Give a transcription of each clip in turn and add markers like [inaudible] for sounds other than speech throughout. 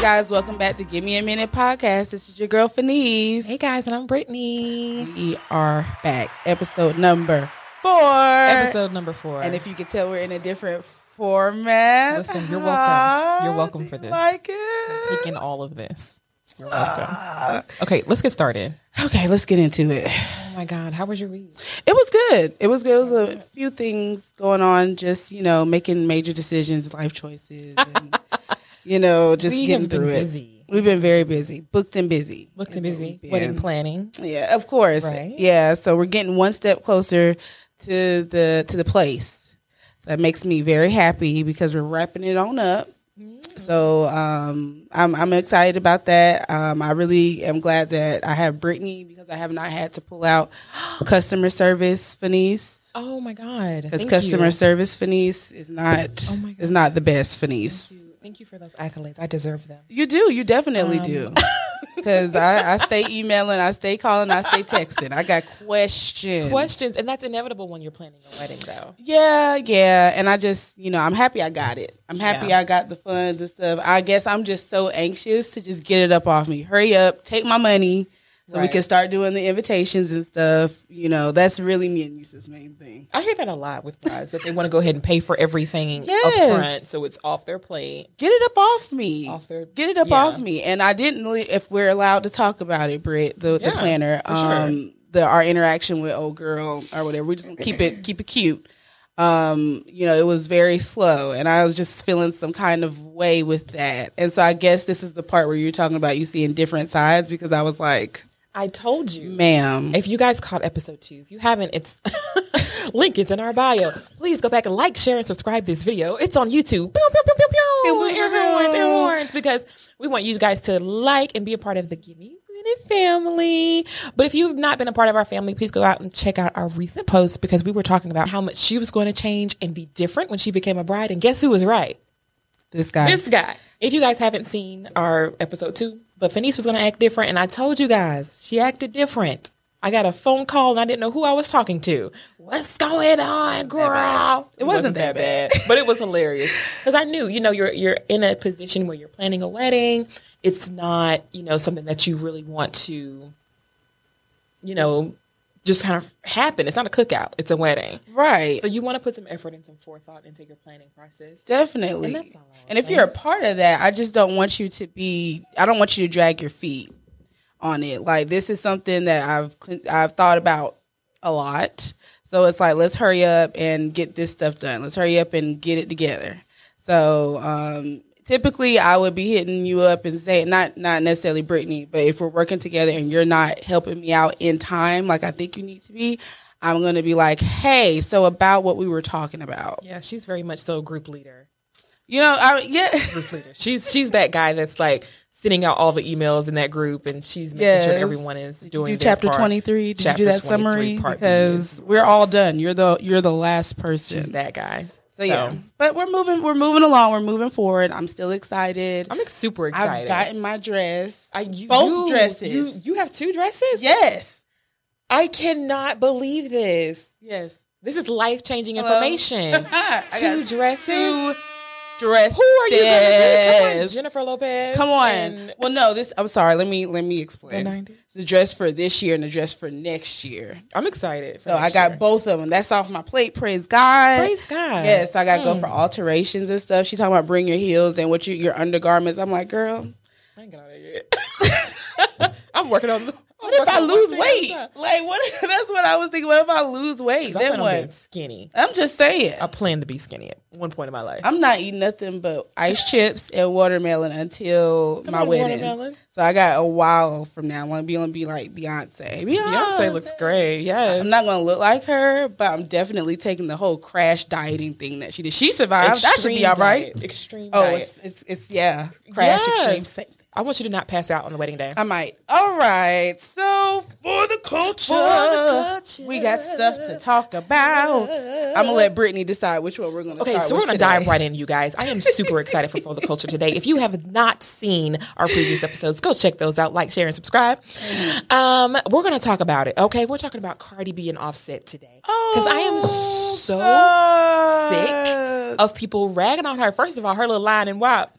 guys, welcome back to Give Me a Minute podcast. This is your girl Fanice. Hey guys, and I'm Brittany. We are back, episode number four. Episode number four. and if you could tell, we're in a different format. Listen, you're welcome. You're welcome Do for you this. Like it? taking all of this, you're welcome. okay, let's get started. Okay, let's get into it. Oh my God, how was your read? It was good. It was good. It was a few things going on, just you know, making major decisions, life choices, [laughs] and, you know, just We getting have been through it. busy. We've been very busy, booked and busy. Booked is and what busy. we've Wedding been. planning. Yeah, of course. Right? Yeah, so we're getting one step closer to the to the place. So that makes me very happy because we're wrapping it on up. Mm. So um, I'm I'm excited about that. Um, I really am glad that I have Brittany because I have not had to pull out customer service Finice Oh my God. because Thank customer you. service Finice is not Oh my God. is not the best Finice. Thank you. Thank you for those accolades. I deserve them. You do. You definitely Um, do. [laughs] [laughs] Because I, I stay emailing, I stay calling, I stay texting. I got questions. Questions, and that's inevitable when you're planning a wedding, though. Yeah, yeah. And I just, you know, I'm happy I got it. I'm happy Yeah. I got the funds and stuff. I guess I'm just so anxious to just get it up off me. Hurry up, take my money so we Right. can start doing the invitations and stuff. You know, that's really me and Lisa's main thing. I hear that a lot with brides that they want to go ahead and pay for everything Yes. up front, so it's off their plate. Get it up off me. Off their- get it up yeah. off me. And I didn't, really, if we're allowed to talk about it, Britt, the, the Yeah, planner, for sure. um, the our interaction with old girl or whatever. We just gonna keep it keep it cute. um, you know, it was very slow and I was just feeling some kind of way with that. And so I guess this is the part where you're talking about you seeing different sides because I was like, I told you. ma'am, If you guys caught episode two, if you haven't, it's [laughs] link is in our bio. Please go back and like, share, and subscribe this video. It's on YouTube. Pew, pew, pew, pew, pew. Pew, pew, pew, Air horns, air pew. horns, because we want you guys to like and be a part of the Gimme Minute family. But if you've not been a part of our family, please go out and check out our recent post because we were talking about how much she was going to change and be different when she became a bride. And guess who was right? this guy. This guy. If you guys haven't seen our episode two, but Fenice was going to act different, and I told you guys she acted different. I got a phone call and I didn't know who I was talking to. What's going on, girl? It wasn't that but it was [laughs] hilarious because I knew, you know, you're you're in a position where you're planning a wedding. It's not, you know, something that you really want to, you know, just kind of happen. It's not a cookout. It's a wedding, right. so you want to put some effort and some forethought into your planning process. Definitely. And And, that's all I was if you're a part of that, I just don't want you to be. I don't want you to drag your feet on it. Like this is something that I've cl- I've thought about a lot. So it's like let's hurry up and get this stuff done. Let's hurry up and get it together. So um, typically, I would be hitting you up and saying not not necessarily Brittany, but if we're working together and you're not helping me out in time, like I think you need to be. I'm gonna be like, hey, so about what we were talking about. Yeah, she's very much so a group leader. You know, I yeah. [laughs] group leader. She's she's that guy that's like sending out all the emails in that group, and she's making sure Yes. everyone is do doing their chapter part. 23 did Chapter you do that 23 summary part B because is- we're all done you're the you're the last she's person that guy. so yeah but we're moving we're moving along we're moving forward i'm still excited I'm like, super excited. i've gotten my dress I- you- both dresses. You, you have two dresses. yes I cannot believe this. yes This is life changing Hello? [laughs] information. I two dresses. two dresses Who are you? Gonna be? Come on, Jennifer Lopez. come on and- well no this i'm sorry let me let me The explain 90s. It's the dress for this year and the dress for next year I'm excited. for so i next got year. both of them that's off my plate praise god Praise God. Yeah, so I gotta Hmm. go for alterations and stuff. She talking about bring your heels and what you your undergarments. I'm like, girl, I ain't got all that yet. [laughs] I'm working on. what if I lose weight? Like what [laughs] that's what I was thinking. What if I lose weight? I Then plan on being what? skinny. I'm just saying. I plan to be skinny at one point in my life. I'm not eating nothing but ice chips and watermelon until my on, wedding. watermelon. So I got a while from now. I'm gonna be gonna be like Beyonce. Beyonce looks great. Yes. I'm not gonna look like her, but I'm definitely taking the whole crash dieting thing that she did. She survived. that should be Extreme all right. diet. Extreme. Oh, diet. it's, it's it's yeah. Crash extreme. Yes. Same thing. I want you to not pass out on the wedding day. I might. All right. So for the culture, culture. we got stuff to talk about. I'm gonna let Brittany decide which one we're gonna. Okay, start so we're with gonna today. dive right in, you guys. I am super excited for For the Culture today. If you have not seen our previous episodes, go check those out. Like, share, and subscribe. Um, we're gonna talk about it. Okay, we're talking about Cardi B and Offset today because I am so Oh, sick of people ragging on her. First of all, her little line and WAP.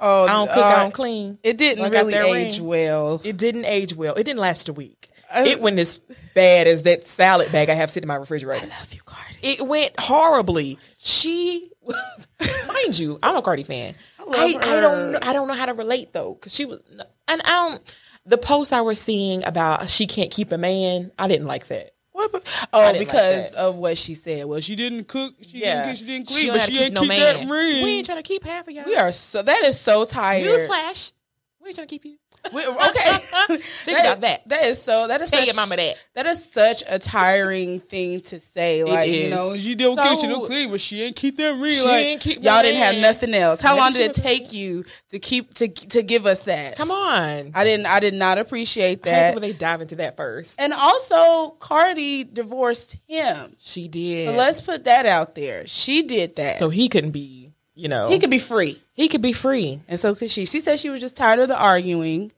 Oh, I don't cook, I uh, don't clean. It didn't Like out really there age ring. well. It didn't age well. It didn't last a week. Uh, Oh. it went as bad as that salad bag I have sitting in my refrigerator. Love you, Cardi. It went horribly. She was, [laughs] mind you, I'm a Cardi fan. I, love I, her. don't know, I don't know how to relate though, because she was, and I don't. The posts I was seeing about she can't keep a man, I didn't like that. What? bu- Oh, didn't like because that. of what she said. Well, she didn't cook. She didn't cook. She didn't clean. don't but have to she didn't no keep man. that ring. We ain't trying to keep half of y'all. We are so. That is so tired. Newsflash. We ain't trying to keep you. We- okay. [laughs] Think about is- that. [laughs] That is so. That is Tell such, your mama that. That is such a tiring thing to say. Like you is. know, she don't So- keep, she don't clean, but she ain't keep that ring. She like, ain't keep y'all my didn't have ring. nothing else. How Maybe long she did it was- take you to keep to to give us that? Come on. I didn't. I did not appreciate I hate that. when they dive into that first. And also, Cardi divorced him. She did. So let's put that out there. She did that. so he couldn't be, you know, he could be free. he could be free. And so could she. She said she was just tired of the arguing.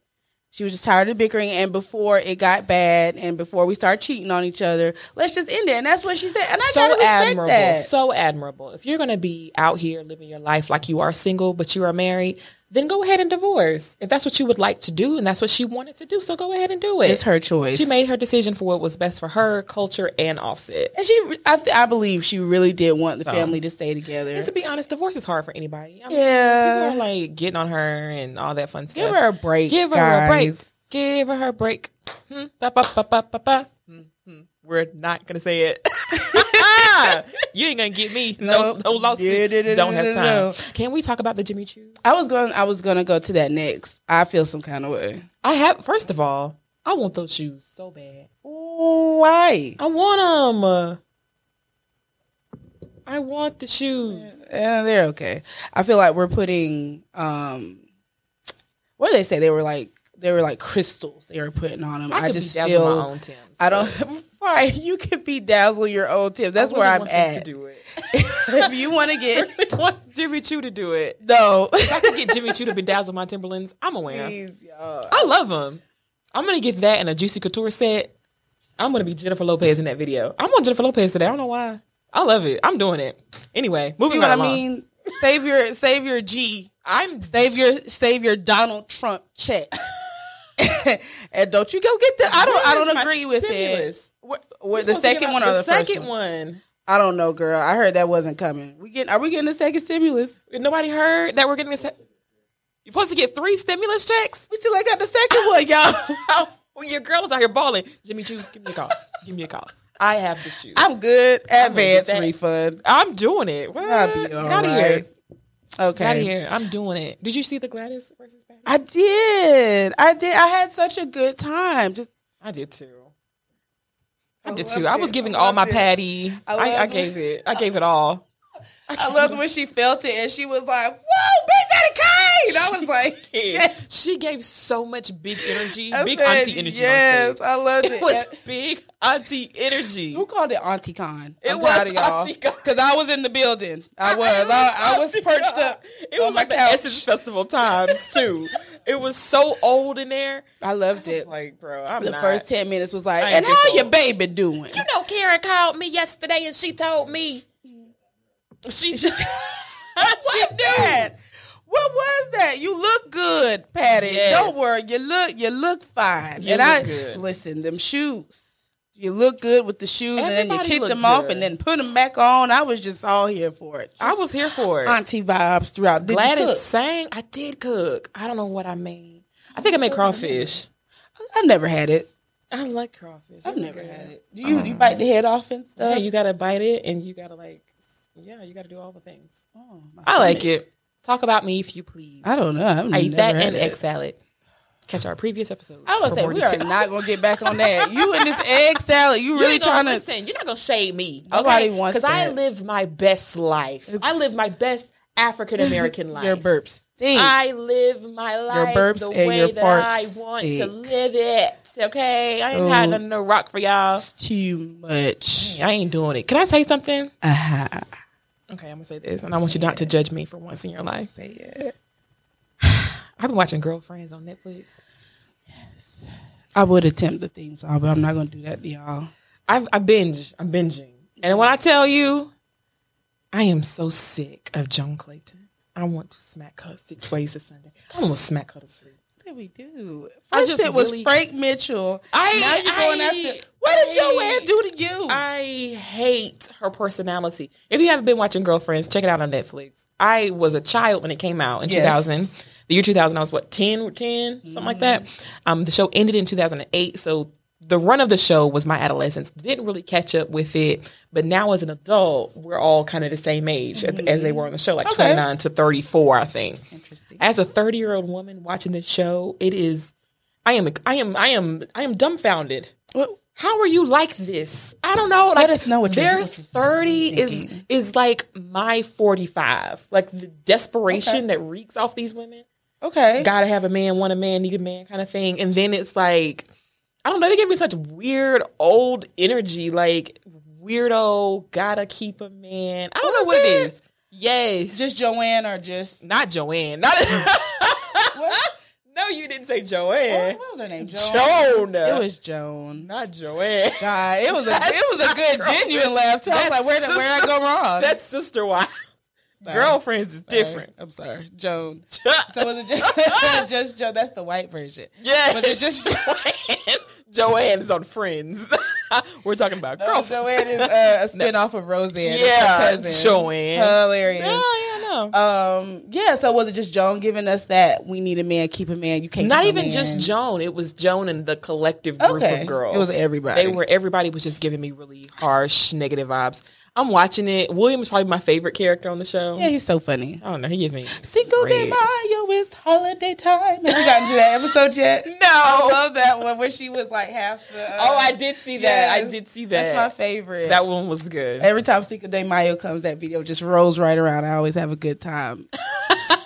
She was just tired of bickering. And before it got bad and before we start cheating on each other, let's just end it. And that's what she said. And I gotta so respect admirable, that. so admirable. If you're gonna be out here living your life like you are single but you are married, then go ahead and divorce. If that's what you would like to do and that's what she wanted to do, so go ahead and do it. it's her choice. She made her decision for what was best for her culture and Offset. And she, I, th- I believe she really did want the family to stay together. And to be honest, divorce is hard for anybody. I mean, Yeah. people are like getting on her and all that fun stuff. Give her a break. Give her a break. guys. Give her a break. Hmm. Ba, ba, ba, ba, ba, ba. Hmm, hmm. We're not gonna say it. [laughs] you ain't gonna get me. No, Nope. no lawsuit. Yeah, no, no, Don't no, have no, time. no. Can we talk about the Jimmy Choo? I was going. I was going to go to that next. I feel some kind of way. I have. First of all, I want those shoes so bad. Why? I want them. I want the shoes. Yeah, Eh, they're okay. I feel like we're putting um what did they say? They were like they were like crystals they were putting on them. I, I, could just be dazzled feel my own Tim's. I don't [laughs] right. You could bedazzle your own tips. That's I where really I'm at. want them [laughs] To do it. if [laughs] you want to get I want Jimmy Choo to do it. [laughs] no, If I could get Jimmy Choo to bedazzle my Timberlands, I'm gonna wear [laughs] 'em. please, y'all. I love them. I'm gonna get that and a Juicy Couture set. I'm gonna be Jennifer Lopez in that video. I'm on Jennifer Lopez today. I don't know why. I love it. I'm doing it. Anyway, You moving know right what I along. mean? Save your save your G. I'm Save your save your Donald Trump check. [laughs] and don't you go get the I don't I Where is don't my agree with it. stimulus? Where- where- the second one or the, first second one? one. I don't know, girl. I heard that wasn't coming. We getting are we getting a second stimulus? Nobody heard that we're getting a. Se- You're supposed to get three stimulus checks. We still ain't got the second one, [laughs] y'all. Well, your girl is out here balling. Jimmy Choo, give me a call. give me a call. I have the shoes. I'm good. Advance that. refund. I'm doing it. What? I'll be all Get out of here. right. Okay. Get out of here. I'm doing it. Did you see the Gladys versus Patty? I did. I did. I had such a good time. Just I did too. I, did loved too. I was it. giving I all my loved it. patty. I, I, loved it. gave it. I gave it all. I loved when she felt it and she was like, Whoa, Big Daddy Kane. I was like, [laughs] yes. She gave so much big energy, I big said, auntie energy. Yes, on stage. I loved it. [laughs] It was And- big auntie [laughs] energy. who called it Auntie Con? It I'm was tired of y'all. Auntie Con. Cause I was in the building. I was. I, [laughs] I was Auntie perched Con. up. It on was my like the couch. Essence Festival times too. it was so old in there. I loved It's it. like, bro, I'm the not. first ten minutes was like, I ain't and get how old." your baby doing? You know, Karen called me yesterday and she told me [laughs] [laughs] she. she What knew. that? What was that? You look good, Patty. Yes. Don't worry, you look you look fine. You and look I good. listen, them shoes. You look good with the shoes, and then you Everybody kicked looked them off, good. and then put them back on. I was just all here for it. I was here for it. Auntie vibes throughout. Did you Gladys sang. I did cook. I don't know what I made. I think I made crawfish. cook? I never had it. I like crawfish. I've They're never good. had it. Do you you bite the head off and Yeah, stuff? you gotta bite it, and you gotta like, yeah, you gotta do all the things. Oh, my I like stomach. it. Talk about me if you please. I don't know. I've I eat never that had and it. egg salad. Catch our previous episodes. I was for gonna say more we are detail. not gonna get back on that. You and this egg salad. You You really ain't gonna trying to? listen. You're not gonna shade me. Nobody wants because I that. live my best life. I live my best African American [laughs] life. Your burps. Stink. I live my life burps the and way your that farts I want to stink. live it. Okay, I ain't So- hiding under the rock for y'all. too much. I ain't doing it. Can I say something? Uh-huh. Okay, I'm gonna say this, and I want you not to judge me for once in your life. Say it. [sighs] I've been watching Girlfriends on Netflix. I would attempt the theme song, but I'm not gonna do that to y'all. I've, I binge. I'm binging, and when I tell you, I am so sick of Joan Clayton. I want to smack her six ways to Sunday. I'm gonna smack her to sleep. What did we do? First I just it was really- Frank Mitchell. I- now you're going I- after. What did I- Joanne do to you? I hate her personality. If you haven't been watching Girlfriends, check it out on Netflix. I was a child when it came out in Yes. 2000. The year 2000, I was what, 10 or 10, something like that. Um, the show ended in 2008. So the run of the show was my adolescence. Didn't really catch up with it. But now as an adult, we're all kind of the same age at- as they were on the show, like 29 to 34, I think. Interesting. As a 30 year old woman watching this show, it is, I am, I am, I am, I am dumbfounded What- how are you like this? I don't know. Like, us know what you're- their what you're thirty is is like my forty five. Like the desperation that reeks off these women. okay. Gotta have a man, want a man, need a man, kind of thing. And then it's like, I don't know. They give me such weird old energy. Like weirdo, gotta keep a man. I don't know what it is. Yes, Just Joanne or just not Joanne. Not. [laughs] what, Oh no, you didn't say what Joanne. was her name? Joan. Joan. It was Joan. not Joanne. God, it was a it was a [laughs] good genuine laugh. Too. I was That's like, where did where I go wrong? That's sister wives. Sorry. Girlfriends is Sorry. different. I'm sorry, Joan. [laughs] So so was it just, [laughs] just Joan? That's the white version. yeah, but it's just- [laughs] Joanne. Joanne is on Friends. [laughs] We're talking about No, girlfriends. Joanne [laughs] [laughs] is uh, a spinoff of Roseanne. It's her Yeah, cousin. Joanne. Hilarious. Oh, yeah, no. Um, yeah, so was it just Joan giving us that we need a man, keep a man, you can't Not keep a even just man? Joan. It was Joan and the collective group Okay. of girls. It was everybody. They were everybody was just giving me really harsh negative vibes. I'm watching it. William is probably my favorite character on the show. Yeah, he's so funny. I don't know. He gives me Cinco de Great. Mayo is holiday time. Have you gotten to that episode yet? no. [laughs] I love that one where she was like half the. uh, oh, I did see that. I yes. did see that. That's my favorite. That one was good. Every time Cinco de Mayo comes, that video just rolls right around. I always have a good time. um,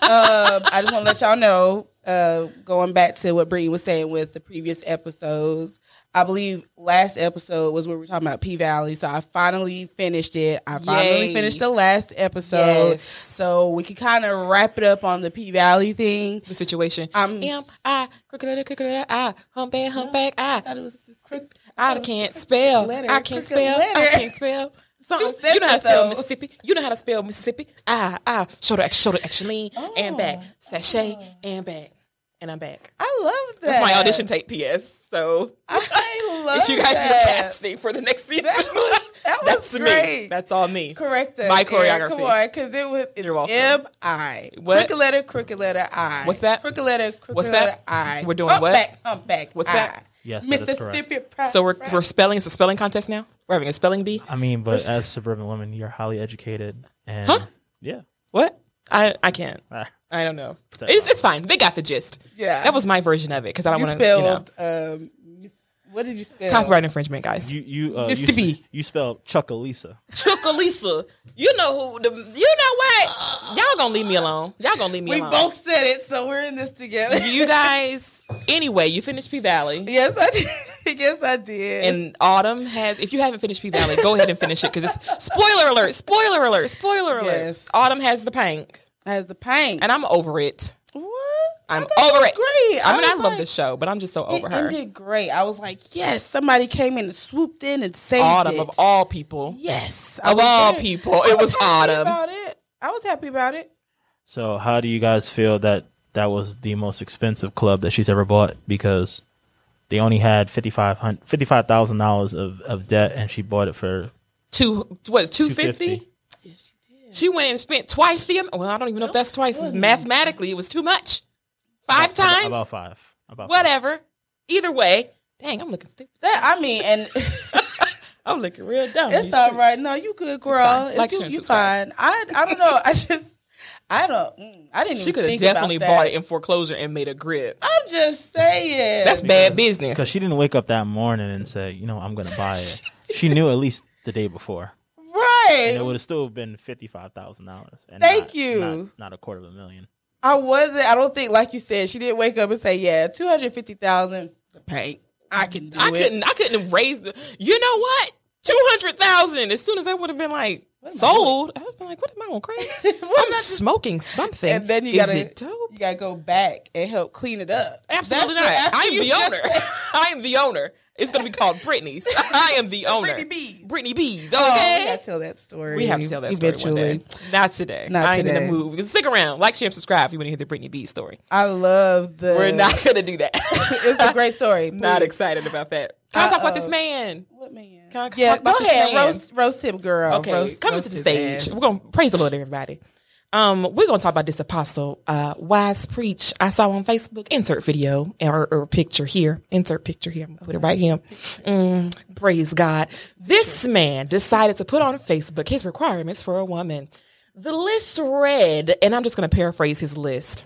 I just want to let y'all know, uh, going back to what Brittany was saying with the previous episodes, I believe last episode was where we were talking about P Valley. So I finally finished it. I finally Yay. finished the last episode. Yes. So we could kind of wrap it up on the P Valley thing. the situation. Um, M I crooked crooked I humpback humpback I it was I can't spell. letter, I can't crooked spell. I letter. [laughs] can't spell. Something. said You know how that, to spell though. Mississippi. You know how to spell Mississippi. Ah ah shoulder ax- shoulder action lean and back sachet and back and I'm back. I Oh. love that. That's my audition tape. P.S. So I love if you guys that. are casting for the next season, was- [laughs] that was that's me. great. That's all me. correct us. My Eric. choreography. Come on, because it was it's You're welcome. M I. What? Crooked letter, crooked letter I. What's that? Crooked letter, crooked What's that? letter I. We're doing what? Humpback, humpback. What's I. that? Yes, that is correct. Mississippi. So we're we're spelling. It's a spelling contest now. We're having a spelling bee. Uh, I mean, but as suburban women, you're highly educated and Huh? yeah. What? I I can't. Ah, I don't know. That- It's, it's fine. They got the gist. Yeah. That was my version of it because I don't you want to. You know, spelled. um, miss- what did you spell? copyright infringement, guys. You you uh, Mr. you, B. sp- you spelled Chuckalisa. Chuckalisa. You know who the. You know what? Y'all gonna leave me alone. Y'all gonna leave me We alone. both said it, so we're in this together. You guys. Anyway, you finished P Valley. [laughs] yes, I did. [laughs] yes, I did. And Autumn has. If you haven't finished P Valley, go ahead and finish it because it's spoiler alert. Spoiler alert. Spoiler alert. Yes. Autumn has the pank, has the pain. and I'm over it. what? I I'm thought over was it. Great. I mean, I was love like- this show, but I'm just so over it her. ended great. I was like, yes, somebody came in and swooped in and saved Autumn it. of all people. Yes, Of was all very- people, I it was happy Autumn. About it, I was happy about it. So how do you guys feel that that was the most expensive club that she's ever bought because they only had fifty five hundred fifty five thousand dollars of of debt and she bought it for Two what? Two two fifty. fifty. She went and spent twice the amount. Well, I don't even know if that's twice. Mathematically, it was too much. Five times? About five. About Whatever. Either way. Dang, I'm looking stupid. That I mean, [laughs] and I'm looking real dumb. it's These all streets. right. No, you good, girl. fine. It's Like, you, share, and you subscribe. fine. I I don't know. [laughs] I just I don't. mm, I didn't. She even could have think about definitely that. bought it in foreclosure and made a grip. I'm just saying. That's bad business. Because she didn't wake up that morning and say, you know, I'm gonna buy it. she knew at least the day before. And it right. would have still been fifty five thousand dollars. Thank you. Not, not a quarter of a million. I wasn't. I don't think, like you said, she didn't wake up and say, "Yeah, two hundred fifty thousand the paint. I can do I it." couldn't I couldn't have raised the, you know what? Two hundred thousand. As soon as I would have been like, sold. I was like, what am [laughs] I on crack? I'm smoking something. And then you Is gotta it dope? you gotta go back and help clean it up. Absolutely That's the- not. after I am you the just- owner. I am the owner. It's gonna be [laughs] called Britney's. I am the [laughs] owner. Britney B's. Britney B's. Okay. Oh, we gotta tell that story. we have to tell that story eventually. one day. Not today. Not I ain't in today. the mood. Stick around. Like, share, and subscribe if you want to hear the Britney B story. I love the. We're not gonna do that. [laughs] Uh, It's a great uh, story. [laughs] not please. excited about that. Can I talk about this man? What man? Can I Yeah, talk about go this ahead. man? Roast, roast him, girl. Okay, roast, coming roast to the his stage. ass. We're gonna praise the Lord, everybody. Um, we're gonna talk about this apostle, uh, wise preach. I saw on Facebook. Insert video or, or picture here. Insert picture here. I'm gonna put it right here. Mm, praise God. This man decided to put on Facebook his requirements for a woman. The list read, and I'm just gonna paraphrase his list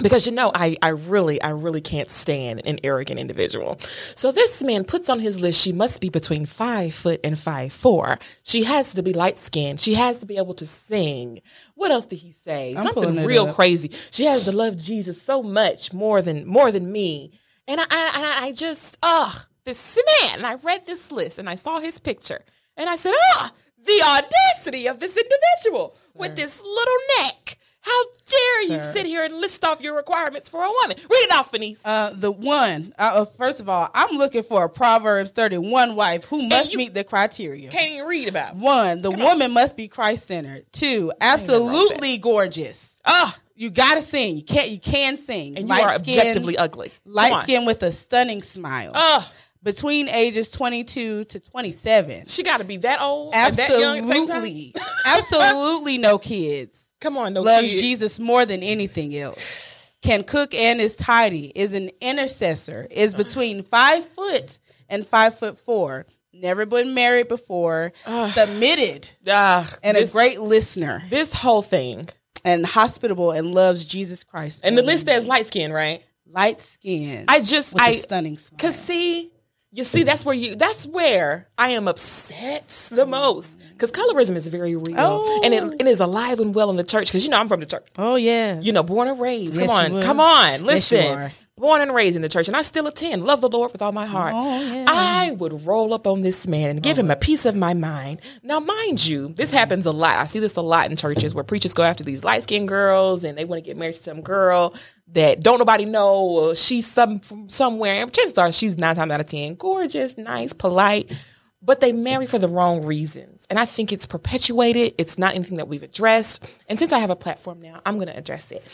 because you know I, I really i really can't stand an arrogant individual so this man puts on his list she must be between five foot and five four she has to be light skinned she has to be able to sing what else did he say pulling something it real up. crazy she has to love jesus so much more than more than me and i i, I- I just ugh this man and i read this list and i saw his picture and i said ah the audacity of this individual with this little neck how dare you sit here and list off your requirements for a woman? Read it off, Fenice. Uh, the one. Uh, uh, first of all, I'm looking for a Proverbs 31 wife who must you- meet the criteria. Can't even read about. it. One, the woman must be Christ centered. Two, absolutely gorgeous. Ah, You gotta sing. You can't. You can sing. and you are Light-skinned- objectively ugly. Come Light on. skin with a stunning smile. Ah, Between ages 22 to 27. she got to be that old, and that young. At the same time? [laughs] Absolutely, absolutely no kids. Come on, no Loves kids. Jesus more than anything else. Can cook and is tidy. Is an intercessor. Is between five foot and five foot four. Never been married before. submitted Ah, and this, a great listener This whole thing, and hospitable and loves Jesus Christ. and the more list than says light skin, right? me. light skin. I just, Mm-hmm. with a I, stunning smile. Cause see, you see, that's where you that's where I am upset the most. Cause colorism is very real. Mm-hmm. Oh. And it, it is alive and well in the church. Cause you know I'm from the church. oh yeah, You know, born and raised. Yes, come on, you were. come on. Yes, you Listen. are. born and raised in the church, and I still attend. Love the Lord with all my heart. Oh, yeah. I would roll up on this man and give him a piece of my mind. Now, mind you, this Mm-hmm. happens a lot. I see this a lot in churches where preachers go after these light skinned girls and they want to get married to some girl that don't nobody know. Or she's some from somewhere. And chances are she's nine times out of ten gorgeous, nice, polite. But they marry for the wrong reasons. And I think it's perpetuated. It's not anything that we've addressed. And since I have a platform now, I'm going to address it.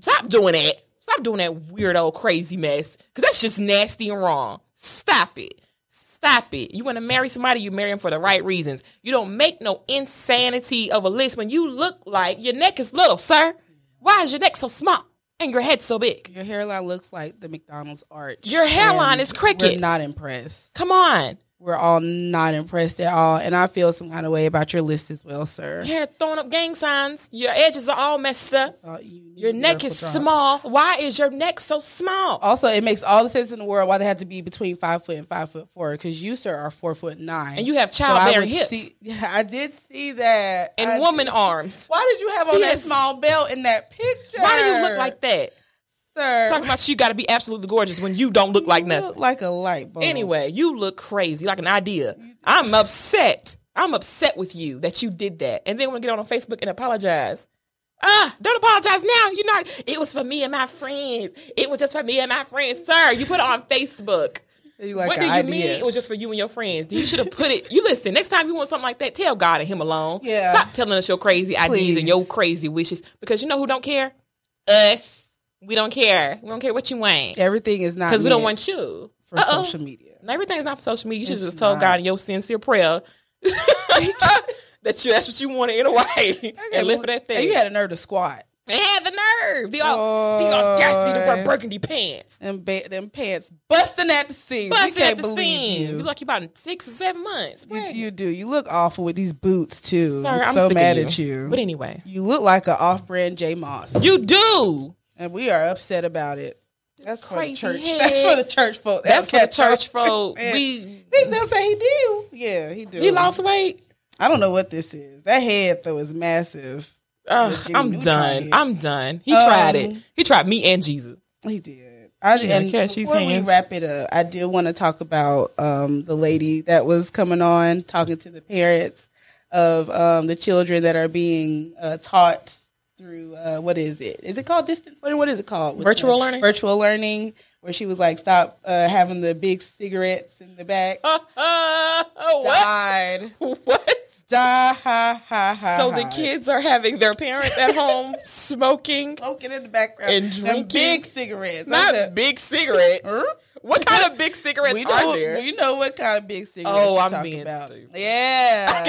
Stop doing that. Stop doing that weirdo crazy mess. Cause that's just nasty and wrong. Stop it. Stop it. You want to marry somebody, you marry him for the right reasons. You don't make no insanity of a list when you look like your neck is little, sir. Why is your neck so small and your head so big? Your hairline looks like the McDonald's arch. Your hairline and is crooked. We're not impressed. Come on. We're all not impressed at all. And I feel some kind of way about your list as well, sir. Hair throwing up gang signs. Your edges are all messed up. So you need Your neck is vertical drops. small. Why is your neck so small? Also, it makes all the sense in the world why they have to be between five foot and five foot four because you, sir, are four foot nine. And you have So I childbearing would hips See, [laughs] yeah, I did see that. I and did- woman arms. Why did you have on that Yes. small belt in that picture? Why do you look like that? sir? talking about you got to be absolutely gorgeous when you don't look like you nothing. look Oh. like a light bulb. Anyway, you look crazy, like an idea. I'm upset. I'm upset with you that you did that, and then want to get on Facebook and apologize. Ah, don't apologize now. You're not. It was for me and my friends. It was just for me and my friends, sir. You put it on Facebook. you like what an do you idea. mean? It was just for you and your friends. You should have put it. You listen. Next time you want something like that, tell God and Him alone. Yeah. Stop telling us your crazy ideas Please. and your crazy wishes because you know who don't care? Us. We don't care. We don't care what you want Everything is not because we don't meant want you for Uh-oh. social media. And everything's not for social media. You should It's just tell not. God in your sincere prayer [laughs] that you that's what you [laughs] wanted in a way and live for that And thing. you had a nerve to squat And had the nerve, the, au- the Boy. audacity to wear burgundy pants. and ba- them pants busting at the seams. Busted we can't at the believe scene. You. you. lucky about in six or seven months. You, Right. you do. You look awful with these boots too. Sir, I'm, I'm so sick of mad you. at you. But anyway, you look like an off-brand J Moss, you do. and we are upset about it. That's crazy for the church. [laughs] head. That's for the church folk. That's for the what church y'all- [laughs] folk. We They still say he do. Yeah, he do. he lost weight. I don't know what this is. That head though is massive. Ugh, Jimmy I'm Neutron done. did. I'm done. He Um, tried it. He tried me and Jesus. [laughs] He did. I Yeah, and catch these before hands. we wrap it up, I do want to talk about um, the lady that was coming on talking to the parents of um, the children that are being uh, taught through uh, what is it? Is it called distance learning? What is it called? With Virtual the- learning? Virtual learning, where she was like, stop uh, having the big cigarettes in the back. Died. Oh, [laughs] What? Die, ha, ha, ha, So the ha. kids are having their parents [laughs] at home smoking, smoking in the background And Them drinking. big cigarettes. not I said, big cigarettes. what kind of [laughs] big cigarettes we are know, there? [laughs] we know what kind of big cigarettes. Oh, you I'm talking being about. stupid. Yeah,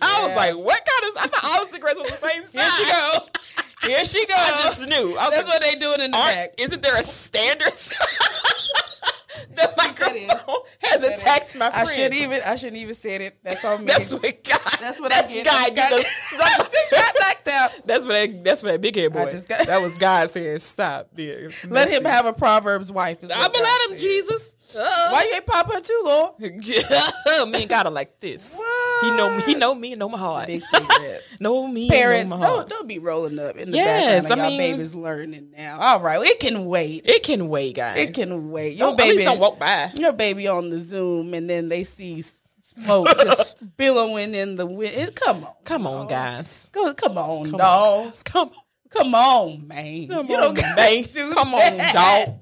I was like, what kind of? I thought all the [laughs] cigarettes were the same size. Here she go. Here she goes. I just knew. I was That's like, what they doing in the aren't- back. isn't there a standard? [laughs] size? the in. microphone has That is- attacked my I friend. shouldn't even. I shouldn't even said it. That's on me. That's what God. That's what that's I get. God. [laughs] I That's, got, got knocked [laughs] out. that's what. That, that's what that big head boy. just got- that was God saying, "Stop." There. Let him have a Proverbs wife. is what I'ma God let him, said. Jesus. Why you ain't pop her too, Lord? [laughs] Yeah, man got him like this. What? He know me. He know me. and Know my [laughs] heart. Big cigarettes. Know me. and Parents, know my don't heart. don't be rolling up in the Yes, background. I of mean- y'all babies learning now. All right, it can wait. It can wait, guys. It can wait. Oh, Your Don't, at baby least don't walk by. your baby on the Zoom, and then they see smoke [laughs] just billowing in the wind. It- Come on, Come on, guys. Go, come on, Come dog. on, guys. come on. [laughs] Come on, man. you don't got- man. Come on, that. dog.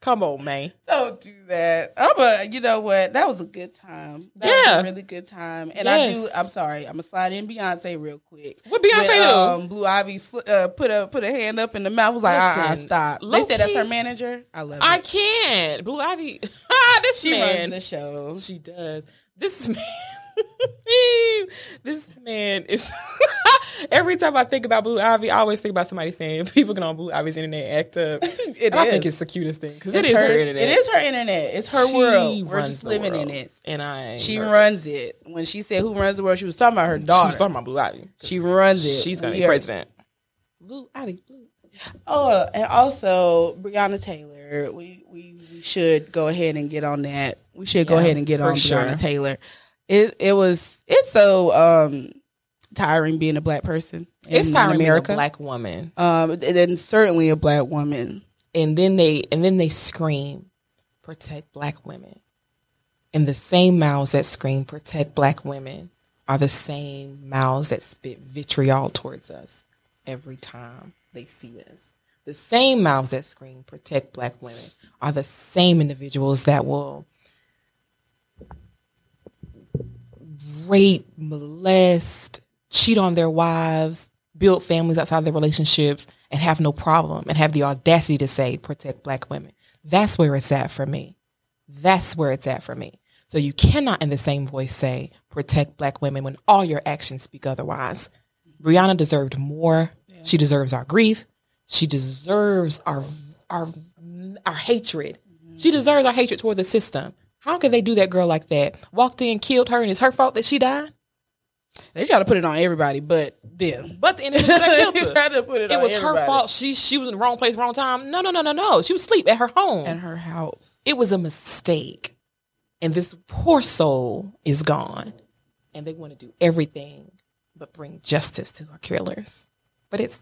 Come on, man. [laughs] don't do that. I'm a, you know what? That was a good time. That Yeah. was a really good time. And I Yes. do. I'm sorry. I'm gonna slide in Beyonce real quick. What Beyonce With, do? um, Blue Ivy sl- uh, put a put a hand up in the mouth. Was like, uh, uh Listen, stop. low They said that's key- her manager. I love. I it. can't. Blue Ivy. [laughs] Ah, this She runs man. the show. She does. This man. [laughs] this man is. [laughs] Every time I think about Blue Ivy, I always think about somebody saying people can on Blue Ivy's internet [laughs] act up. And I is. think it's the cutest thing because it is her, internet. It is her internet. It's her She world. We're runs just the living world. in it. and I. She her. runs it. When she said who runs the world, she was talking about her She was daughter. talking about Blue Ivy. She runs it. She's gonna We be are- president. Blue Ivy. Blue. Oh, and also Breonna Taylor. We, we we should go ahead and get on that. We should go Yeah, ahead and get for on sure. Breonna Taylor. It it was it's so um tiring being a black person. In It's tiring being a America. black woman. Um, and then certainly a black woman. and then they and then they scream protect black women and the same mouths that scream protect black women are the same mouths that spit vitriol towards us every time they see us the same mouths that scream protect black women are the same individuals that will rape molest cheat on their wives build families outside their relationships and have no problem and have the audacity to say protect black women. That's where it's at for me. That's where it's at for me. So you cannot in the same voice say protect black women when all your actions speak otherwise. Brianna deserved more. She deserves our grief. She deserves our our our hatred. She deserves our hatred toward the system. How can they do that girl like that? Walked in, killed her, and it's her fault that she died? They try to put it on everybody, but them. But the individual that [laughs] They killed her. try to put it, it on was her everybody. fault. She she was in the wrong place, wrong time. No, no, no, no, no. She was asleep at her home. and her house. it was a mistake. And this poor soul is gone. And they want to do everything but bring justice to her killers. But it's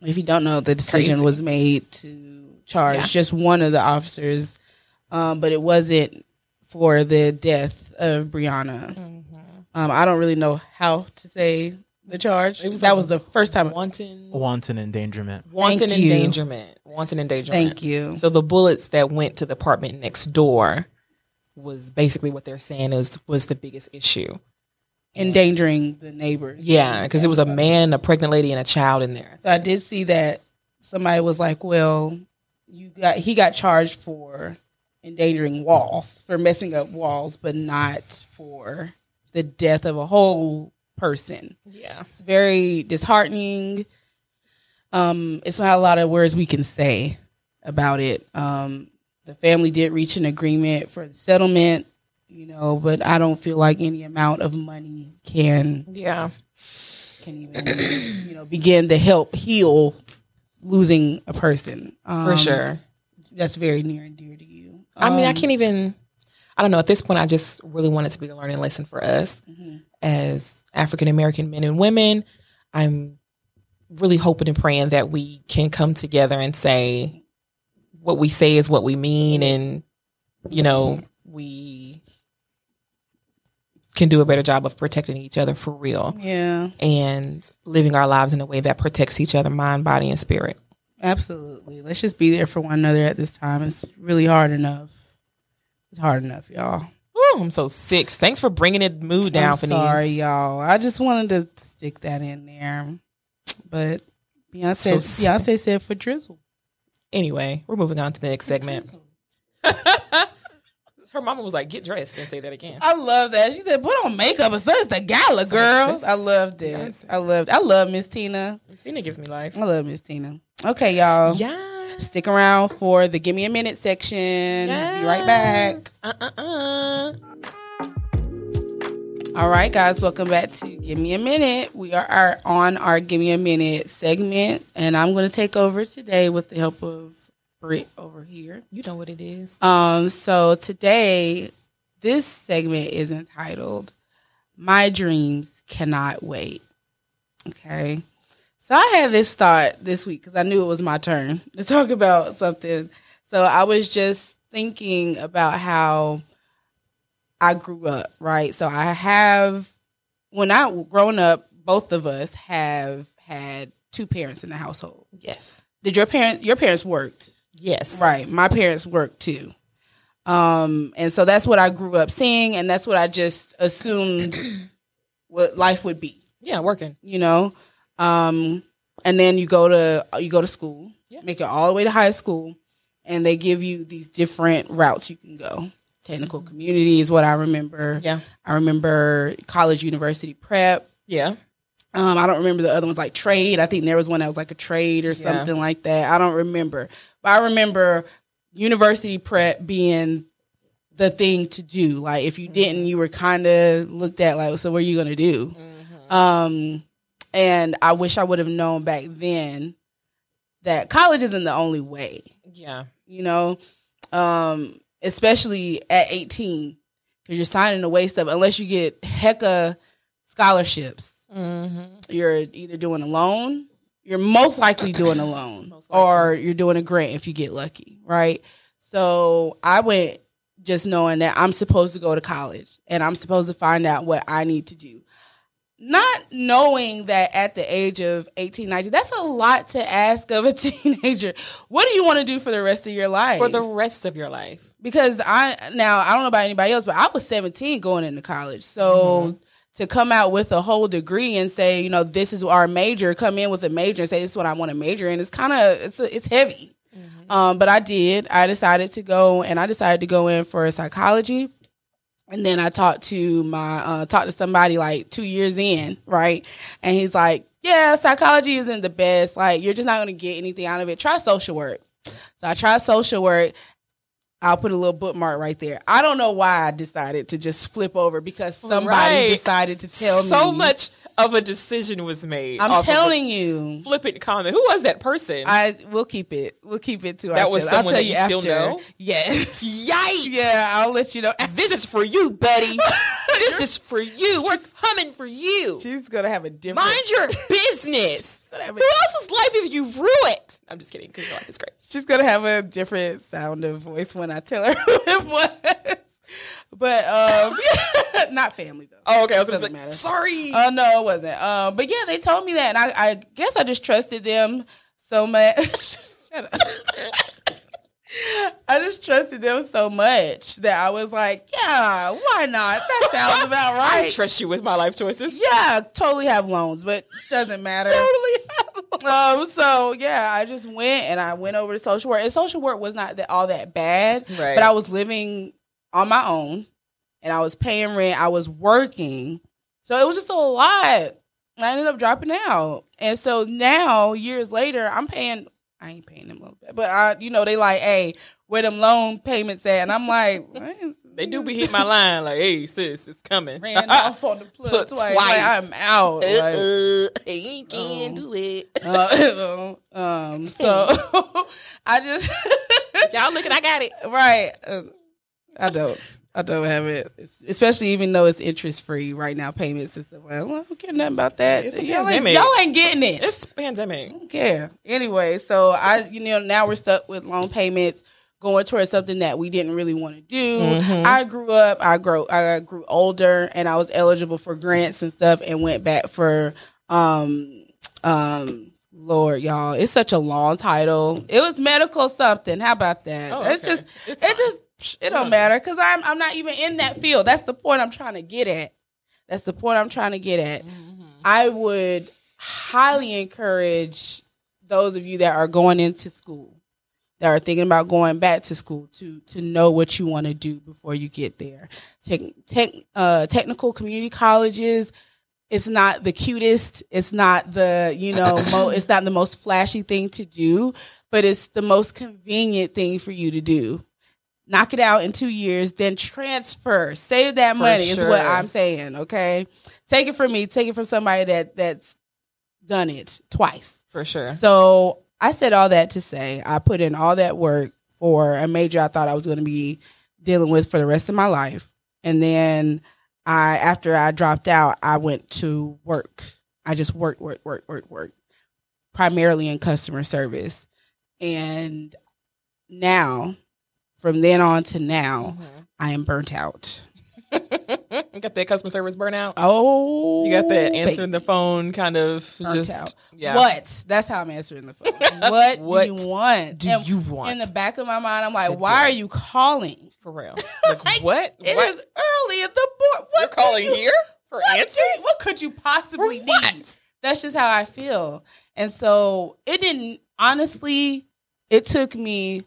If you don't know, the decision Crazy. was made to charge Yeah. just one of the officers, um, but it wasn't for the death of Brianna. Mm-hmm. Um, I don't really know how to say the charge. It was that like was the first time. wanton Wanton endangerment. wanton Thank you. endangerment. Wanton endangerment. Thank you. So the bullets that went to the apartment next door was basically what they're saying is was the biggest issue. Endangering the neighbors. Yeah, because it was a man, a pregnant lady, and a child in there. So I did see that somebody was like, "Well, you got he got charged for endangering walls for messing up walls, but not for the death of a whole person." Yeah. It's very disheartening. Um, it's not a lot of words we can say about it. Um, the family did reach an agreement for the settlement, you know, but I don't feel like any amount of money can Yeah. can even [clears throat] you know begin to help heal losing a person. Um, For sure. that's very near and dear to you. I mean, I Um, can't even. I don't know. At this point, I just really want it to be a learning lesson for us Mm-hmm. as African American men and women. I'm really hoping and praying that we can come together and say what we say is what we mean, and you know, we can do a better job of protecting each other for real Yeah, and living our lives in a way that protects each other, mind, body, and spirit. absolutely. Let's just be there for one another at this time. It's really hard enough. It's hard enough, y'all. Ooh, I'm so sick. Thanks for bringing the mood down, I'm Fenice. sorry, y'all. I just wanted to stick that in there, but Beyonce So sad. Beyonce said for drizzle. Anyway, we're moving on to the next segment. [laughs] Her mama was like, "Get dressed and say that again." I love that. She said, "Put on makeup. It's it's the gala, girls." I loved it. I loved. I love Miss Tina. Christina gives me life. I love Miss Tina. Okay, y'all. Yeah. Stick around for the give me a minute section. Be right back. Uh uh uh. All right, guys, welcome back to Give Me a Minute. We are our, on our Give Me a Minute segment, and I'm going to take over today with the help of Britt over here. You know what it is. Um, so today, this segment is entitled "My Dreams Cannot Wait." Okay, so I had this thought this week because I knew it was my turn [laughs] to talk about something. So I was just thinking about how I grew up, right? So I have, when I grown up, both of us have had two parents in the household. Yes. Did your parent your parents worked? Yes. Right. My parents worked too. Um, and so that's what I grew up seeing, and that's what I just assumed [clears throat] what life would be, Yeah, working. you know. Um, and then you go to you go to school, Yeah. make it all the way to high school, and they give you these different routes you can go. Technical community is what I remember. Mm-hmm. Yeah. I remember college, university prep. Yeah. Um, I don't remember the other ones like trade. I think there was one that was like a trade or Yeah. something like that. I don't remember, but I remember university prep being the thing to do. Like if you didn't, you were kind of looked at like, so what are you gonna do? Mm-hmm. Um, and I wish I would have known back then that college isn't the only way Yeah. you know, um, especially at 18, because you're signing away stuff unless you get hecka scholarships. Mm-hmm. You're either doing a loan, you're most likely doing a loan, Most likely. or you're doing a grant if you get lucky, right? So I went just knowing that I'm supposed to go to college and I'm supposed to find out what I need to do. Not knowing that at the age of 18, 19, that's a lot to ask of a [laughs] teenager. What do you want to do for the rest of your life? For the rest of your life. because I now I don't know about anybody else, but I was 17 going into college. So Mm-hmm. to come out with a whole degree and say, you know, this is our major, come in with a major and say this is what I want to major in, it's kind of it's it's heavy. Um, but I did. I decided to go, and I decided to go in for psychology. And then I talked to my uh, talked to somebody like two years in, right? And he's like, "Yeah, psychology isn't the best. Like, you're just not going to get anything out of it. Try social work." So I tried social work. I'll put a little bookmark right there. I don't know why I decided to just flip over because somebody Right. decided to tell me so much of a decision was made. I'm off of a telling you, flippant comment. Who was that person? I we'll keep it. We'll keep it to That was ourselves. someone I'll that tell you still after. know? Yes. [laughs] Yikes! Yeah, I'll let you know. [laughs] This is for you, [laughs] buddy. this is for you. We're coming for you. She's gonna have a different. Mind [laughs] your business. Who Whatever. else's life if you rue it? I'm just kidding. Because your life is great. She's gonna have a different sound of voice when I tell her [laughs] who it was. But um, [laughs] not family though. Oh, okay. I was gonna going say, to say, sorry. Oh no, it wasn't. Um, but yeah, they told me that, and I, I guess I just trusted them so much. [laughs] Shut up. I just trusted them so much that I was like, yeah, why not? That sounds about right. [laughs] [laughs] I trust you with my life choices. yeah, totally have loans, but doesn't [laughs] matter. totally have loans. Um, so yeah, I just went and I went over to social work. And social work was not that all that bad. Right. But I was living on my own and I was paying rent. I was working. So it was just a lot. And I ended up dropping out. And so now, years later, I'm paying I ain't paying them loans back. But I you know, they like, hey, where them loan payments at? And I'm like, [laughs] They do be hitting my line like, hey, sis, it's coming. [laughs] Uh-uh. ran [laughs] off on the plug Put twice. twice. Uh, Like, I'm out. Like, you Uh-uh. can't do it. Uh, [laughs] um, so [laughs] I just [laughs] Y'all looking, I got it. right. uh, I don't. I don't have it, It's- especially even though it's interest free right now. Payments and stuff. Well, I don't care nothing about that. It's the Y'all ain't, pandemic. y'all ain't getting it. It's the pandemic. don't care. Anyway, so I, you know, now we're stuck with loan payments. going towards something that we didn't really want to do. Mm-hmm. I grew up, I grow I grew older and I was eligible for grants and stuff and went back for um um Lord, y'all, it's such a long title. It was medical something. How about that? Oh, That's okay. just it just psh, it don't matter because I'm I'm not even in that field. That's the point I'm trying to get at. That's the point I'm trying to get at. Mm-hmm. I would highly encourage those of you that are going into school, that are thinking about going back to school, to to know what you want to do before you get there. Tech, tech, uh, technical community colleges. It's not the cutest. It's not the [coughs] you know. Mo- it's not the most flashy thing to do, but it's the most convenient thing for you to do. Knock it out in two years, then transfer. Save that For money is what sure. I'm saying. Okay, take it from me. Take it from somebody that that's done it twice. for sure. [laughs] So I said all that to say I put in all that work for a major I thought I was going to be dealing with for the rest of my life. And then I, after I dropped out, I went to work. I just worked, worked, worked, worked, worked, primarily in customer service. And now, from then on to now, I am burnt out. You got that customer service burnout. Oh, You got that baby. answering the phone kind of Burnt just out. yeah. What? That's how I'm answering the [laughs] phone. What, What do you want? do And- you want in the back of my mind, I'm like, Today. why are you calling? [laughs] for real? Like, what? It is what? early at the board. What You're calling could you- here for What, answers? could- what could you possibly need? That's just how I feel. And so it didn't. Honestly, it took me.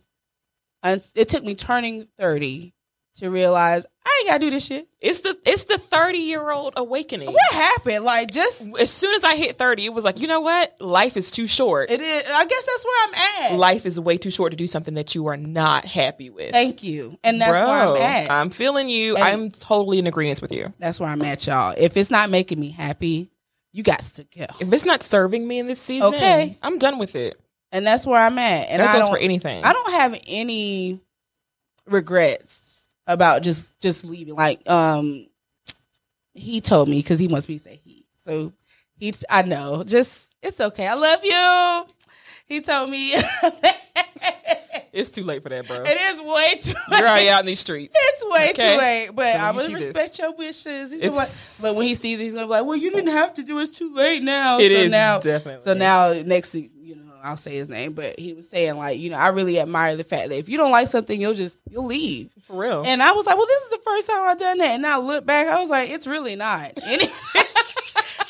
un- It took me turning thirty to realize I ain't gotta do this shit. It's the it's the thirty year old awakening. What happened? Like just As soon as I hit thirty, it was like you know what? Life is too short. it is. I guess that's where I'm at. Life is way too short to do something that you are not happy with. Thank you, and that's Bro, where I'm at. I'm feeling you. And- I'm totally in agreement with you. that's where I'm at, y'all. If it's not making me happy, you got to go. If it's not serving me in this season, Okay. I'm done with it. and that's where I'm at. And that I goes don't, for anything. I don't have any regrets about just just leaving. Like, um, he told me because he wants me to say he. So he, I know. Just it's okay. I love you. He told me [laughs] it It's too late for that, bro. is way too. You're already out in these streets. It's way Okay. too late, but So I'm you gonna see this. respect your wishes. He's gonna be like, It's- but when he sees it, he's gonna be like, "Well, you didn't have to do. it. It's too late now." It [laughs] so is now, definitely. so now, next, thing, you know, I'll say his name, but he was saying like, you know, I really admire the fact that if you don't like something, you'll just you'll leave. for real. And I was like, well, this is the first time I've done that, and I look back, I was like, it's really not. [laughs] Any-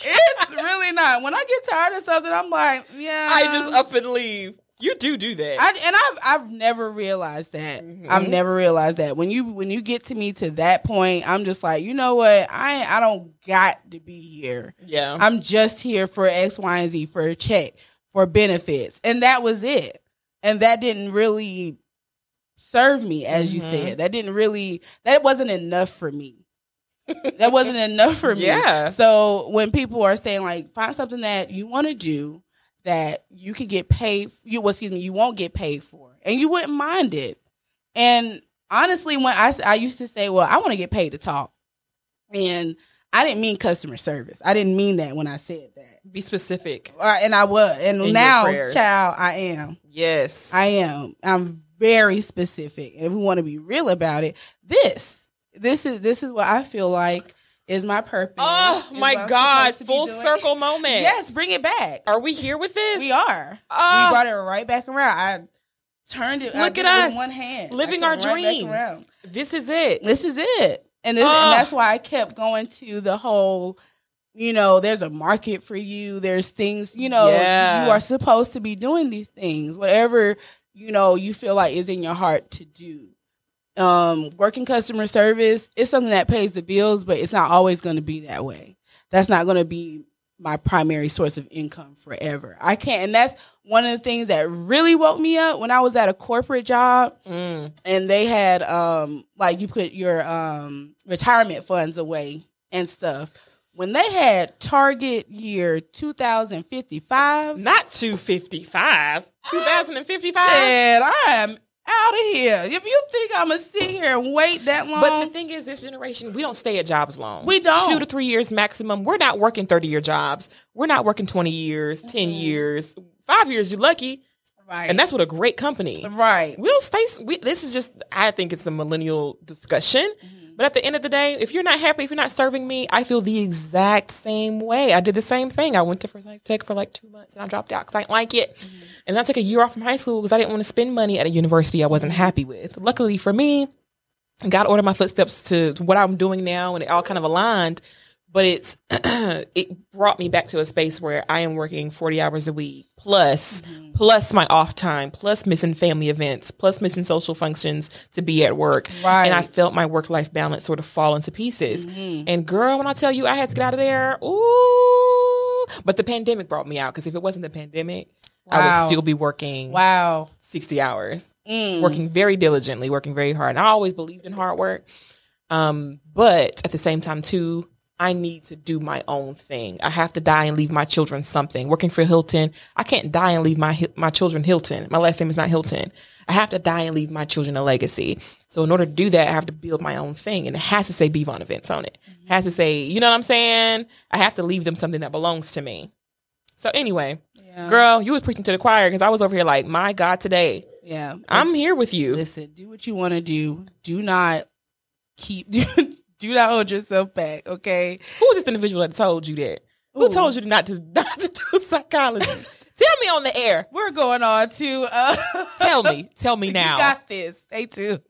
it's really not. When I get tired of something, I'm like, yeah, I just up and leave. You do do that. um, I, and I've I've never realized that. Mm-hmm. I've never realized that when you when you get to me to that point, I'm just like, you know what? I I don't got to be here. yeah. I'm just here for X, Y, and Z for a check, for benefits. And that was it. And that didn't really serve me, as you Mhm. said. That didn't really, that wasn't enough for me. that wasn't enough for me. Yeah. So when people are saying, like, find something that you want to do that you could get paid, you, well, excuse me, you won't get paid for, and you wouldn't mind it. And honestly, when I, I used to say, well, I want to get paid to talk. And I didn't mean customer service. I didn't mean that when I said that. Be specific. Uh, and I was. And In your now, prayers. child, I am. Yes. I am. I'm very specific. And if we want to be real about it, this, this is, this is what I feel like is my purpose. oh is what my I'm God. supposed to be Full doing. circle moment. Yes, bring it back. Are we here with this? We are. Ah. we brought it right back around. I turned it. I Look did at it us, with one hand, I Living came our right back dreams. around. This is it. this is it. And, this, Ugh. and that's why I kept going to the whole, you know, there's a market for you. There's things, you know, Yeah. you are supposed to be doing these things, whatever, you know, you feel like is in your heart to do. Um, working customer service is something that pays the bills, but it's not always going to be that way. That's not going to be my primary source of income forever. I can't. And that's one of the things that really woke me up when I was at a corporate job Mm. and they had um like you put your um retirement funds away and stuff. When they had target year 2055, Not [gasps] 255. 2055. said I am out of here. If you think I'm gonna sit here and wait that long, But the thing is, this generation, we don't stay at jobs long. We don't. Two to three years maximum. We're not working 30 year jobs. We're not working 20 years, 10 years, five years. You're lucky. Right. and that's with a great company. right. We don't stay. We, this is just. I think it's a millennial discussion. But at the end of the day, if you're not happy, if you're not serving me, I feel the exact same way. I did the same thing. I went to first tech for like two months and I dropped out because I didn't like it. And then I took a year off from high school because I didn't want to spend money at a university I wasn't happy with. Luckily for me, God ordered my footsteps to what I'm doing now, and it all kind of aligned. But it's [clears throat] it brought me back to a space where I am working 40 hours a week, plus Mm-hmm. plus my off time, plus missing family events, plus missing social functions to be at work. Right. Mm-hmm. And I felt my work life balance sort of fall into pieces. And girl, when I tell you I had to get out of there, ooh! But the pandemic brought me out because if it wasn't the pandemic, I Wow. would still be working Wow. 60 hours, working very diligently, working very hard. And I always believed in hard work. Um, but at the same time, too, I need to do my own thing. I have to die and leave my children something. Working for Hilton, I can't die and leave my Hil- my children Hilton. My last name is not Hilton. I have to die and leave my children a legacy. So in order to do that, I have to build my own thing, and it has to say Bevon Events on it. It has to say, you know what I'm saying? I have to leave them something that belongs to me. So anyway, Yeah. girl, you was preaching to the choir because I was over here like, my God, today Yeah. I'm here with you. Listen, do what you want to do. Do not keep. [laughs] Do, not hold yourself back. Okay. Who was this individual that told you that? Who Ooh. told you not to [laughs] not to do psychology? [laughs] Tell me on the air. We're going on to. Uh, [laughs] Tell me. Tell [laughs] me You now. got this. Stay tuned.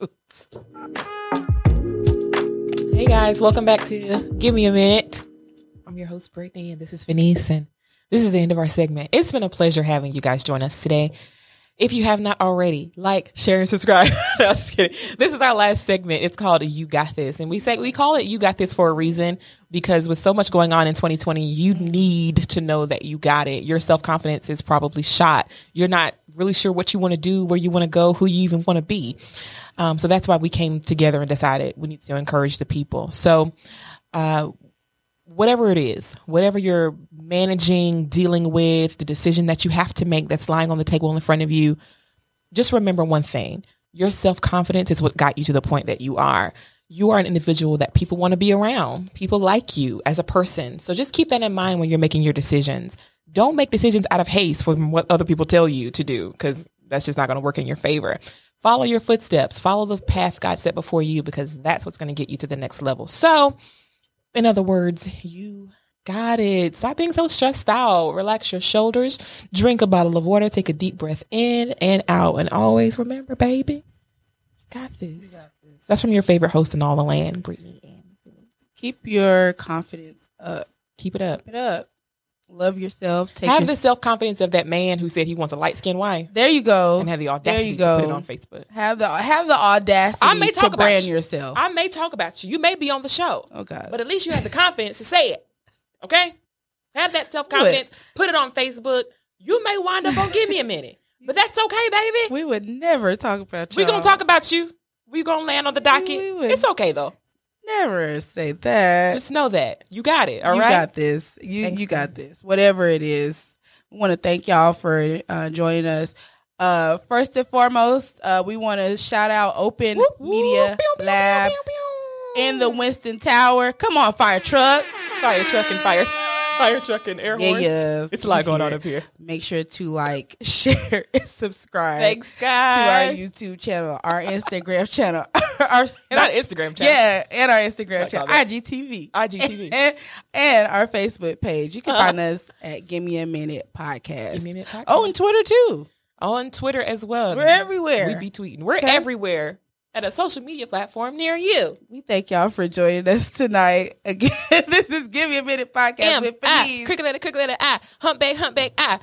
Hey guys, welcome back to Give Me a Minute. I'm your host Brittany, and this is Venice, and this is the end of our segment. It's been a pleasure having you guys join us today. If you have not already, like, share, and subscribe. [laughs] no, I'm just kidding. This is our last segment. It's called "You Got This," and we say we call it "You Got This" for a reason because with so much going on in 2020, you need to know that you got it. Your self confidence is probably shot. You're not really sure what you want to do, where you want to go, who you even want to be. Um, so that's why we came together and decided we need to encourage the people. So whatever it is, whatever you're managing, dealing with, the decision that you have to make that's lying on the table in front of you, just remember one thing your self confidence is what got you to the point that you are. You are an individual that people want to be around. People like you as a person. So just keep that in mind when you're making your decisions. Don't make decisions out of haste from what other people tell you to do because that's just not going to work in your favor. Follow your footsteps, follow the path God set before you because that's what's going to get you to the next level. So, in other words, you got it. Stop being so stressed out. Relax your shoulders. Drink a bottle of water. Take a deep breath in and out. And always remember, baby, you got this. That's from your favorite host in all the land, Brittany. Ann. Keep your confidence up. Keep it up. Keep it up. Love yourself. Take Have your- the self confidence of that man who said he wants a light skinned wife There you go. and had the you audacity to put go. it on Facebook. Have the have the audacity I may talk to about brand you. yourself. I may talk about you. You may be on the show, oh God. but at least you have the confidence to say it. Okay? Have that self confidence. Put it on Facebook. You may wind up on Give Me a Minute, but that's okay, baby. we would never talk about you. We're gonna talk about you. We're gonna land on the docket. We would. It's okay though. Never say that. Just know that. You got it. All you right. got this. You Thanks, you got this. Whatever it is, we want to thank y'all for uh, joining us. Uh, first and foremost, uh, we want to shout out Open Whoop, whoop. Media Pew, pew, Lab pew, pew, pew. in the Winston Tower. Come on, fire truck. fire truck and fire fire truck and air Yeah, horns. yeah. It's a lot going on up here. Make sure to like, [laughs] share, and subscribe Thanks, to our guys. YouTube channel, our Instagram channel, [laughs] our, Not Instagram channel. Yeah, and our Instagram Like channel, all that. IGTV. IGTV. [laughs] And, and our Facebook page. You can find us at Give Me a Minute Podcast. Give Me a Minute Podcast. Oh, and Twitter too. On Twitter as well. We're everywhere. We be tweeting. We're Okay. everywhere at a social media platform near you. We thank y'all for joining us tonight. [laughs] Again, this is Give Me a Minute Podcast M with I Feliz. cricket letter cricket letter I humpback humpback I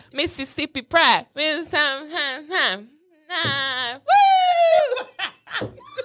[laughs] Mississippi pride. Miss time time time. Nah. Woo! Ah.